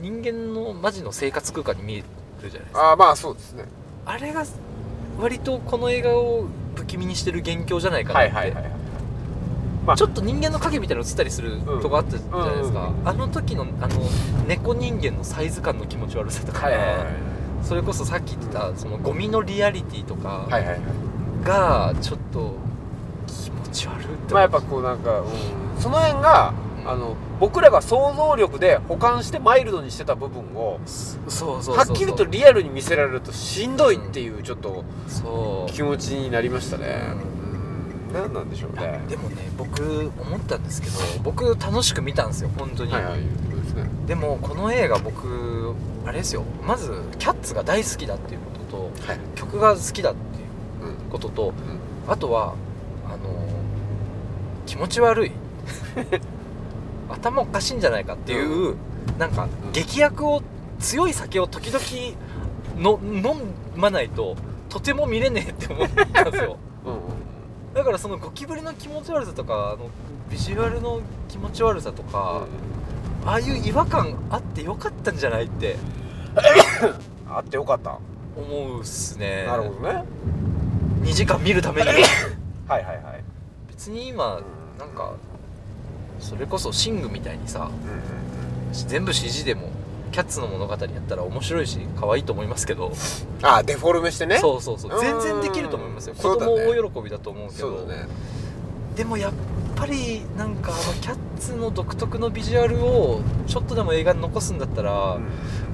[SPEAKER 4] 人間のマジの生活空間に見えるじゃないですか
[SPEAKER 3] ああまあそうですね
[SPEAKER 4] あれが割とこの映画を不気味にしてる元凶じゃないかな
[SPEAKER 3] は
[SPEAKER 4] っ
[SPEAKER 3] い
[SPEAKER 4] て、
[SPEAKER 3] はいはい
[SPEAKER 4] ちょっと人間の影みたいなの映ったりする
[SPEAKER 3] うん
[SPEAKER 4] とこあったじゃないですか、
[SPEAKER 3] うんうん
[SPEAKER 4] あの時のあの猫人間のサイズ感の気持ち悪さとか、
[SPEAKER 3] はいはいはい
[SPEAKER 4] それこそさっき言ってたそのゴミのリアリティと
[SPEAKER 3] はい
[SPEAKER 4] か
[SPEAKER 3] はいはい
[SPEAKER 4] がちょっと気持ち悪いって
[SPEAKER 3] まあやっぱこうなんか、うん、その辺が、
[SPEAKER 4] うん
[SPEAKER 3] あの僕らが想像力で補完してマイルドにしてた部分を
[SPEAKER 4] そうそうそうそう
[SPEAKER 3] はっきりとリアルに見せられるとしんどいっていうちょっと
[SPEAKER 4] そう
[SPEAKER 3] 気持ちになりましたね、うん、何なんでしょう
[SPEAKER 4] いや
[SPEAKER 3] ね
[SPEAKER 4] でもね僕思ったんですけど僕楽しく見たんですよ本当に、
[SPEAKER 3] はいはいいうことですね
[SPEAKER 4] でもこの映画僕あれですよまずキャッツが大好きだっていうことと
[SPEAKER 3] はい、
[SPEAKER 4] 曲が好きだっていう
[SPEAKER 3] うん
[SPEAKER 4] こととあとはあの気持ち 悪い頭おかしいんじゃないかっていう、なんか
[SPEAKER 3] ん
[SPEAKER 4] 劇薬を強い酒を時々の飲まないととても見れねえって思ったんで すよ
[SPEAKER 3] うんうん
[SPEAKER 4] だからそのゴキブリの気持ち悪さとかあのビジュアルの気持ち悪さとか、ああいう違和感あってよかったんじゃないって
[SPEAKER 3] うん、あってよかった、
[SPEAKER 4] 思うっすね
[SPEAKER 3] なるほどね
[SPEAKER 4] 2時間見るために
[SPEAKER 3] はいはいはい、
[SPEAKER 4] 別に今なんかそれこそシングみたいにさ
[SPEAKER 3] うんうんうん、
[SPEAKER 4] 全部 CG でもキャッツの物語やったら面白いし可愛いと思いますけど
[SPEAKER 3] あデフォルメしてね
[SPEAKER 4] そうそうそう全然できると思いますよ
[SPEAKER 3] うん
[SPEAKER 4] 子
[SPEAKER 3] そうだね
[SPEAKER 4] 供大喜びだと思うけ
[SPEAKER 3] そ
[SPEAKER 4] ど
[SPEAKER 3] うだね
[SPEAKER 4] でもやっぱりなんかあのキャッツの独特のビジュアルをちょっとでも映画に残すんだったら、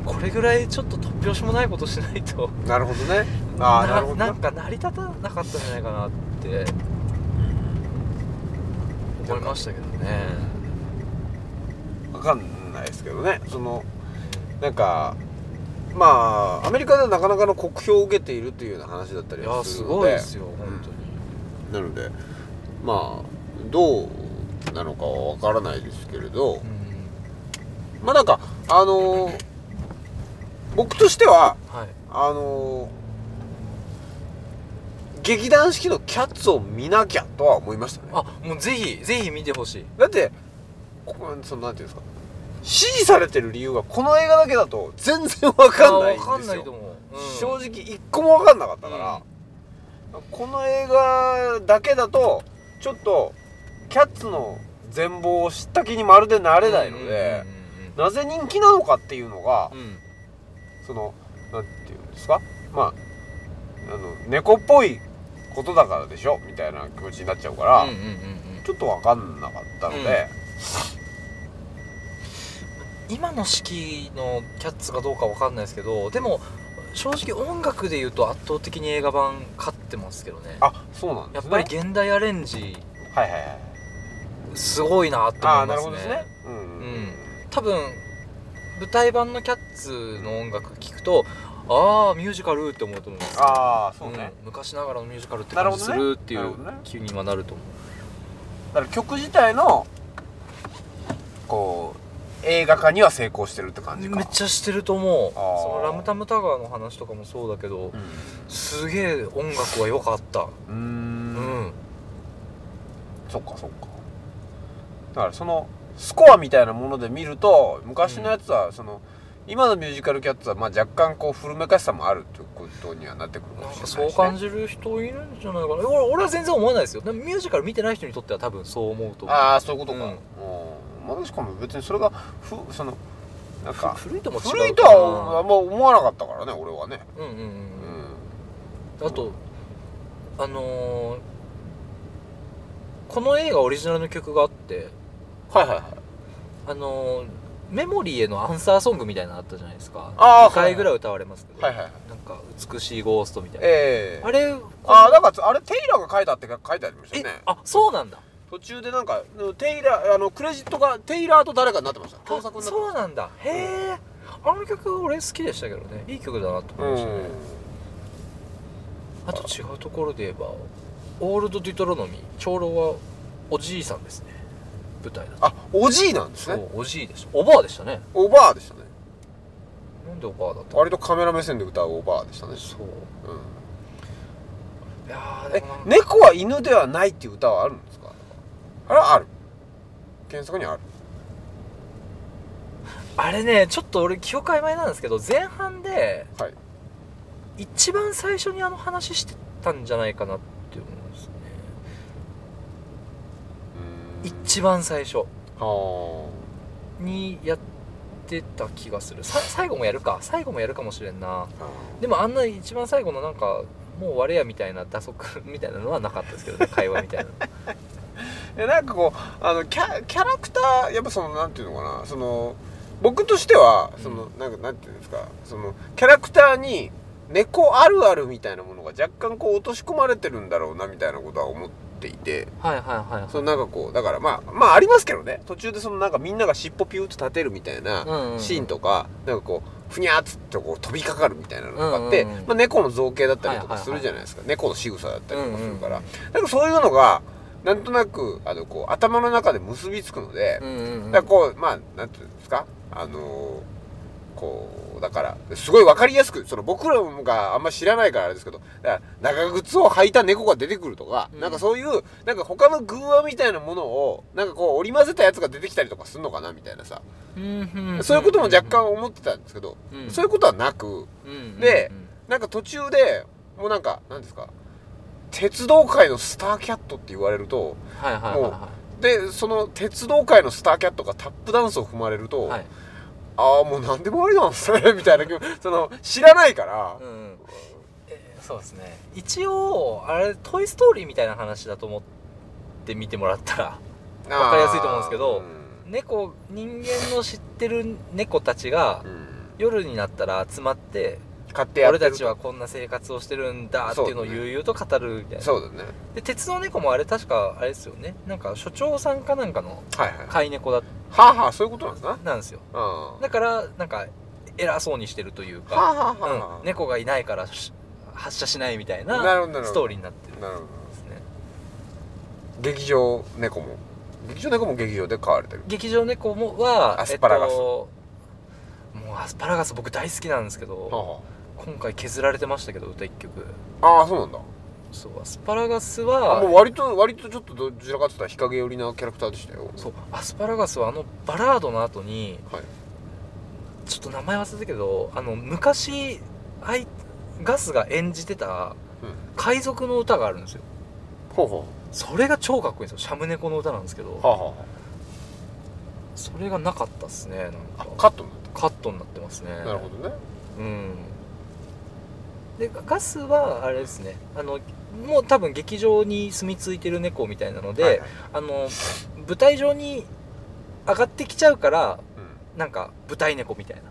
[SPEAKER 4] これぐらいちょっと突拍子もないことしないと
[SPEAKER 3] なるほどねああなるほど
[SPEAKER 4] なんか成り立たなかったんじゃないかなって思いましたけどね
[SPEAKER 3] わかんないですけどねそのなんかまあアメリカではなかなかの酷評を受けているというような話だった
[SPEAKER 4] い
[SPEAKER 3] り
[SPEAKER 4] や
[SPEAKER 3] はす
[SPEAKER 4] す
[SPEAKER 3] るの
[SPEAKER 4] ごい
[SPEAKER 3] で
[SPEAKER 4] ですよ本当に
[SPEAKER 3] なのでまあどうなのかはわからないですけれど
[SPEAKER 4] うん
[SPEAKER 3] まあなんかあのー僕としては
[SPEAKER 4] はい
[SPEAKER 3] あのー劇団四季のキャッツを見なきゃとは思いましたね
[SPEAKER 4] あもうぜひぜひ見てほしい
[SPEAKER 3] だってここそのなんていうんですか支持されてる理由がこの映画だけだと全然わかんないんで
[SPEAKER 4] あわかん
[SPEAKER 3] す
[SPEAKER 4] ない
[SPEAKER 3] よ
[SPEAKER 4] と思う、
[SPEAKER 3] 正
[SPEAKER 4] うん
[SPEAKER 3] 直一個も分かんなかったから、この映画だけだとちょっとキャッツの全貌を知った気にまるでなれないので、なぜ人気なのかっていうのが
[SPEAKER 4] うんうんうんうんうん
[SPEAKER 3] そのなんていうんですかまああの猫っぽいことだからでしょみたいな気持ちになっちゃうから、
[SPEAKER 4] うんうんうんうん
[SPEAKER 3] ちょっと分かんなかったので、
[SPEAKER 4] 今の式のキャッツかどうかわかんないですけどでも正直音楽で言うと圧倒的に映画版勝ってますけどね
[SPEAKER 3] あそうなんで
[SPEAKER 4] やっ
[SPEAKER 3] すね
[SPEAKER 4] ぱり現代アレンジ
[SPEAKER 3] はいはいはい
[SPEAKER 4] すごいなって
[SPEAKER 3] あ
[SPEAKER 4] 思
[SPEAKER 3] あ
[SPEAKER 4] い
[SPEAKER 3] な
[SPEAKER 4] ま
[SPEAKER 3] る
[SPEAKER 4] す
[SPEAKER 3] ほ
[SPEAKER 4] ね
[SPEAKER 3] どですねうんうん
[SPEAKER 4] うん多分舞台版のキャッツの音楽聴くとああミュージカルって思うと思うんです
[SPEAKER 3] ああそうね、
[SPEAKER 4] うん昔ながらのミュージカルって
[SPEAKER 3] なる
[SPEAKER 4] 感
[SPEAKER 3] ほ
[SPEAKER 4] じ
[SPEAKER 3] ど
[SPEAKER 4] す
[SPEAKER 3] ね
[SPEAKER 4] るってい
[SPEAKER 3] な
[SPEAKER 4] う
[SPEAKER 3] るほどね
[SPEAKER 4] 気にはなると思
[SPEAKER 3] だから曲自体のこう映画化には成功してるって感じ
[SPEAKER 4] う
[SPEAKER 3] か
[SPEAKER 4] めっちゃしてると思う
[SPEAKER 3] あー
[SPEAKER 4] そのラムタムタガーの話とかもそうだけどすげえ音楽は良かった
[SPEAKER 3] う
[SPEAKER 4] うん
[SPEAKER 3] うん
[SPEAKER 4] ん
[SPEAKER 3] そっかそっかだからそのスコアみたいなもので見ると昔のやつはその、今のミュージカルキャッツはまあ若干こう古めかしさもあるっていうことにはなってくるか
[SPEAKER 4] な
[SPEAKER 3] も
[SPEAKER 4] ん
[SPEAKER 3] しれ
[SPEAKER 4] か
[SPEAKER 3] ないし、
[SPEAKER 4] そ
[SPEAKER 3] ね、
[SPEAKER 4] う感じる人いるんじゃないかな俺俺は全然思わないですよでもミュージカル見てない人にとっては多分そう思うと思う
[SPEAKER 3] ああそういうことか、
[SPEAKER 4] うん
[SPEAKER 3] うん、まあしかも別にそれがふそのなん
[SPEAKER 4] ふ
[SPEAKER 3] か
[SPEAKER 4] 古いとも違う
[SPEAKER 3] 古いとはあんま思わなかったからね俺はね
[SPEAKER 4] うんうんうん
[SPEAKER 3] う
[SPEAKER 4] うん
[SPEAKER 3] ん
[SPEAKER 4] あとあのーこの映画オリジナルの曲があって
[SPEAKER 3] はいはいはい
[SPEAKER 4] あのーメモリーへのアンサーソングみたいなのあったじゃないですか
[SPEAKER 3] あー
[SPEAKER 4] 2回ぐらい歌われますけど、
[SPEAKER 3] はいはいはい
[SPEAKER 4] なんか美しいゴーストみたいな、
[SPEAKER 3] ええ
[SPEAKER 4] あれ
[SPEAKER 3] あーなんかつあれテイラーが書いたって書いてありました
[SPEAKER 4] え
[SPEAKER 3] よね
[SPEAKER 4] あそうなんだ
[SPEAKER 3] 途中でなんかテイラーあのクレジットがテイラーと誰かになってました共作にな
[SPEAKER 4] あ
[SPEAKER 3] って
[SPEAKER 4] そうなんだへえあの曲俺好きでしたけどねいい曲だなと思いま
[SPEAKER 3] ま
[SPEAKER 4] し
[SPEAKER 3] したた
[SPEAKER 4] ね、あと違うところで言えばオールド・デュトロノミー長老はおじいさんですね舞台だと
[SPEAKER 3] あおじいなんです
[SPEAKER 4] そ
[SPEAKER 3] ね
[SPEAKER 4] うおじいでしたおばあでしたね
[SPEAKER 3] おばあでしたね
[SPEAKER 4] なんでおばあだったの
[SPEAKER 3] 割とカメラ目線で歌うおばあでしたね、
[SPEAKER 4] そう
[SPEAKER 3] うん、
[SPEAKER 4] いやーで
[SPEAKER 3] え
[SPEAKER 4] もなんか
[SPEAKER 3] 猫は犬ではないっていう歌はあるんですかあれはある検索にはある
[SPEAKER 4] あれねちょっと俺記憶曖昧なんですけど前半で
[SPEAKER 3] はい
[SPEAKER 4] 一番最初にあの話してたんじゃないかなって思うんですね一番最初
[SPEAKER 3] は
[SPEAKER 4] にやってた気がするさ最後もやるか最後もやるかもしれんな
[SPEAKER 3] あ
[SPEAKER 4] でもあんな一番最後のなんかもう終われやみたいな打足みたいなのはなかったですけ どね会話みたいな
[SPEAKER 3] でなんかこうあのキャキャラクターやっぱそのなんていうのかなその僕としてはその、なんかなんていうんですかそのキャラクターに猫あるあるみたいなものが若干こう落とし込まれてるんだろうなみたいなことは思っていて
[SPEAKER 4] はいはいはいはい
[SPEAKER 3] そのなんかこうだからまあまあありますけどね途中でそのなんかみんなが尻尾ピューッと立てるみたいな、
[SPEAKER 4] うんうんうん
[SPEAKER 3] シーンとかなんかこうふにゃーっつってこう飛びかかるみたいなのとかって、
[SPEAKER 4] うんうんうん
[SPEAKER 3] まあ、猫の造形だったりとか
[SPEAKER 4] はいはいはい
[SPEAKER 3] するじゃないですか、猫の仕草だったりとかするから、
[SPEAKER 4] うん
[SPEAKER 3] なんかそういうのがなんとなくあのこう頭の中で結びつくので、
[SPEAKER 4] うんうんうん
[SPEAKER 3] だからこうまあなんていうんですかあのーこうだからすごい分かりやすくその僕らがあんま知らないからあれですけどだから長靴を履いた猫が出てくるとか、
[SPEAKER 4] うん
[SPEAKER 3] なんかそういうなんか他の偶話みたいなものをなんかこう織り交ぜたやつが出てきたりとかするのかなみたいなさ
[SPEAKER 4] うんん
[SPEAKER 3] そういうことも若干思ってたんですけど、
[SPEAKER 4] うん
[SPEAKER 3] そういうことはなく、
[SPEAKER 4] うんうんうん
[SPEAKER 3] でなんか途中で、もうなんか、なんですか、鉄道界のスターキャットって言われると、
[SPEAKER 4] はいはいはいは
[SPEAKER 3] で、その鉄道界のスターキャットがタップダンスを踏まれると、
[SPEAKER 4] いはい
[SPEAKER 3] ああ、もう何でもありなんですね、みたいな気も、その、知らないから、
[SPEAKER 4] うんうんえーそうですね一応あれ「トイ・ストーリー」みたいな話だと思って見てもらったら
[SPEAKER 3] あー
[SPEAKER 4] わかりやすいと思うんですけど
[SPEAKER 3] うん
[SPEAKER 4] 猫人間の知ってる猫たちが
[SPEAKER 3] うん
[SPEAKER 4] 夜になったら集まって
[SPEAKER 3] 買ってやって
[SPEAKER 4] 俺
[SPEAKER 3] る
[SPEAKER 4] たちはこんな生活をしてるんだっていうの
[SPEAKER 3] そ
[SPEAKER 4] を
[SPEAKER 3] うだね
[SPEAKER 4] 悠々と語るみたいな、
[SPEAKER 3] そうだね。
[SPEAKER 4] で鉄の猫もあれ確かあれですよねなんか所長さんかなんかの
[SPEAKER 3] はいはい。は
[SPEAKER 4] 飼い猫だ
[SPEAKER 3] あはあ、そういうことなんですな。うん。
[SPEAKER 4] なんですよ
[SPEAKER 3] は
[SPEAKER 4] だからなんか偉そうにしてるという
[SPEAKER 3] あは
[SPEAKER 4] か、
[SPEAKER 3] あはあ
[SPEAKER 4] うん、猫がいないからし発射しないみたい
[SPEAKER 3] なるほ
[SPEAKER 4] な
[SPEAKER 3] どなるほど
[SPEAKER 4] ストーリーになってるんで
[SPEAKER 3] なるほど。
[SPEAKER 4] すね
[SPEAKER 3] 劇場猫も。劇場猫も劇場で飼われてる。
[SPEAKER 4] 劇場猫もは
[SPEAKER 3] アスパラガス
[SPEAKER 4] えっと、もうアスパラガス僕大好きなんですけど、
[SPEAKER 3] は
[SPEAKER 4] 今回削られてましたけど歌一曲
[SPEAKER 3] あ、ああー、そうなんだ。
[SPEAKER 4] そうアスパラガス
[SPEAKER 3] あもう
[SPEAKER 4] は
[SPEAKER 3] 割と割とちょっとどちらかというと日陰寄りなキャラクターでしたよ
[SPEAKER 4] そうアスパラガスはあのバラードの後に
[SPEAKER 3] はい
[SPEAKER 4] ちょっと名前忘れたけどあの昔あいガスが演じてた
[SPEAKER 3] うん
[SPEAKER 4] 海賊の歌があるんですよ
[SPEAKER 3] ほうほ
[SPEAKER 4] それが超かっこいいんですよシャムネコの歌なんですけど
[SPEAKER 3] はあ、は
[SPEAKER 4] それがなかったっすねなん
[SPEAKER 3] あ、あ
[SPEAKER 4] か
[SPEAKER 3] カットになっ
[SPEAKER 4] カットになってますね
[SPEAKER 3] たなるほどね
[SPEAKER 4] うんでガスはあれですねあのもう多分劇場に住み着いてる猫みたいなので、
[SPEAKER 3] はいはい
[SPEAKER 4] あの舞台上に上がってきちゃうから
[SPEAKER 3] うん
[SPEAKER 4] なんか舞台猫みたいな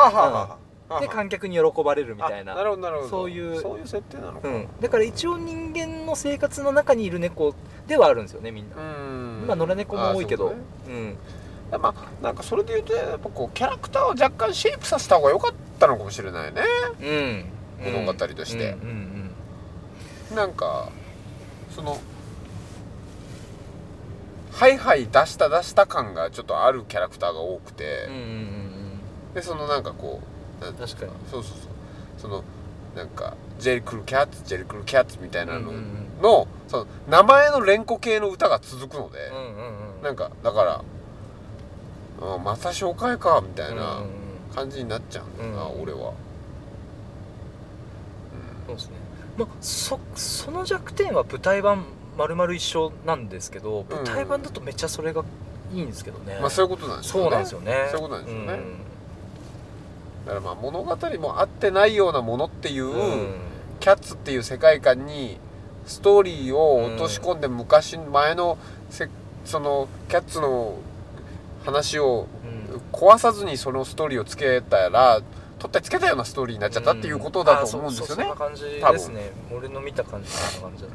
[SPEAKER 3] はあ、はあはあはあはあ
[SPEAKER 4] で観客に喜ばれるみたい
[SPEAKER 3] あな
[SPEAKER 4] な、
[SPEAKER 3] るほどなるほど
[SPEAKER 4] そういう
[SPEAKER 3] そういう設定なの
[SPEAKER 4] う
[SPEAKER 3] か
[SPEAKER 4] ん、だから一応人間の生活の中にいる猫ではあるんですよねみんな、
[SPEAKER 3] ん
[SPEAKER 4] 今野良猫も多いけ
[SPEAKER 3] あ
[SPEAKER 4] ど
[SPEAKER 3] そうね
[SPEAKER 4] うん
[SPEAKER 3] まあなんかそれで言うとやっぱこうキャラクターを若干シェイプさせた方が良かったのかもしれないね
[SPEAKER 4] うん
[SPEAKER 3] 物語として
[SPEAKER 4] うんうん
[SPEAKER 3] なんかそのはいはい出した出した感がちょっとあるキャラクターが多くて
[SPEAKER 4] うんうんうんうん
[SPEAKER 3] でそのなんかこうなんて
[SPEAKER 4] 確かに
[SPEAKER 3] そうそうそうそのなんかジェリクルキャッツジェリクルキャッツみたいなのの,、
[SPEAKER 4] うんうん
[SPEAKER 3] その名前の連呼系の歌が続くので
[SPEAKER 4] う、んうんうん
[SPEAKER 3] なんかだからあまた紹介かみたい
[SPEAKER 4] うん
[SPEAKER 3] な
[SPEAKER 4] うんうん
[SPEAKER 3] 感じになっちゃうんだよな、
[SPEAKER 4] うん
[SPEAKER 3] 俺は、
[SPEAKER 4] そうですね、まあ、そその弱点は舞台版丸々一緒なんですけど
[SPEAKER 3] うん
[SPEAKER 4] 舞台版だとめっちゃそれがいいんですけどね、
[SPEAKER 3] まあそういうことなんですよね
[SPEAKER 4] そうなんですよね
[SPEAKER 3] そういうことなんですよね
[SPEAKER 4] うん
[SPEAKER 3] だからまあ物語も合ってないようなものっていう、
[SPEAKER 4] うん
[SPEAKER 3] キャッツっていう世界観にストーリーを落とし込んで昔前のせそのキャッツの話を
[SPEAKER 4] うん
[SPEAKER 3] 壊さずにそのストーリーをつけたら取ってつけたようなストーリーになっちゃったっていうことだと思うんですよね
[SPEAKER 4] あそそそんな感じですね俺の見た感じそんな感じだっ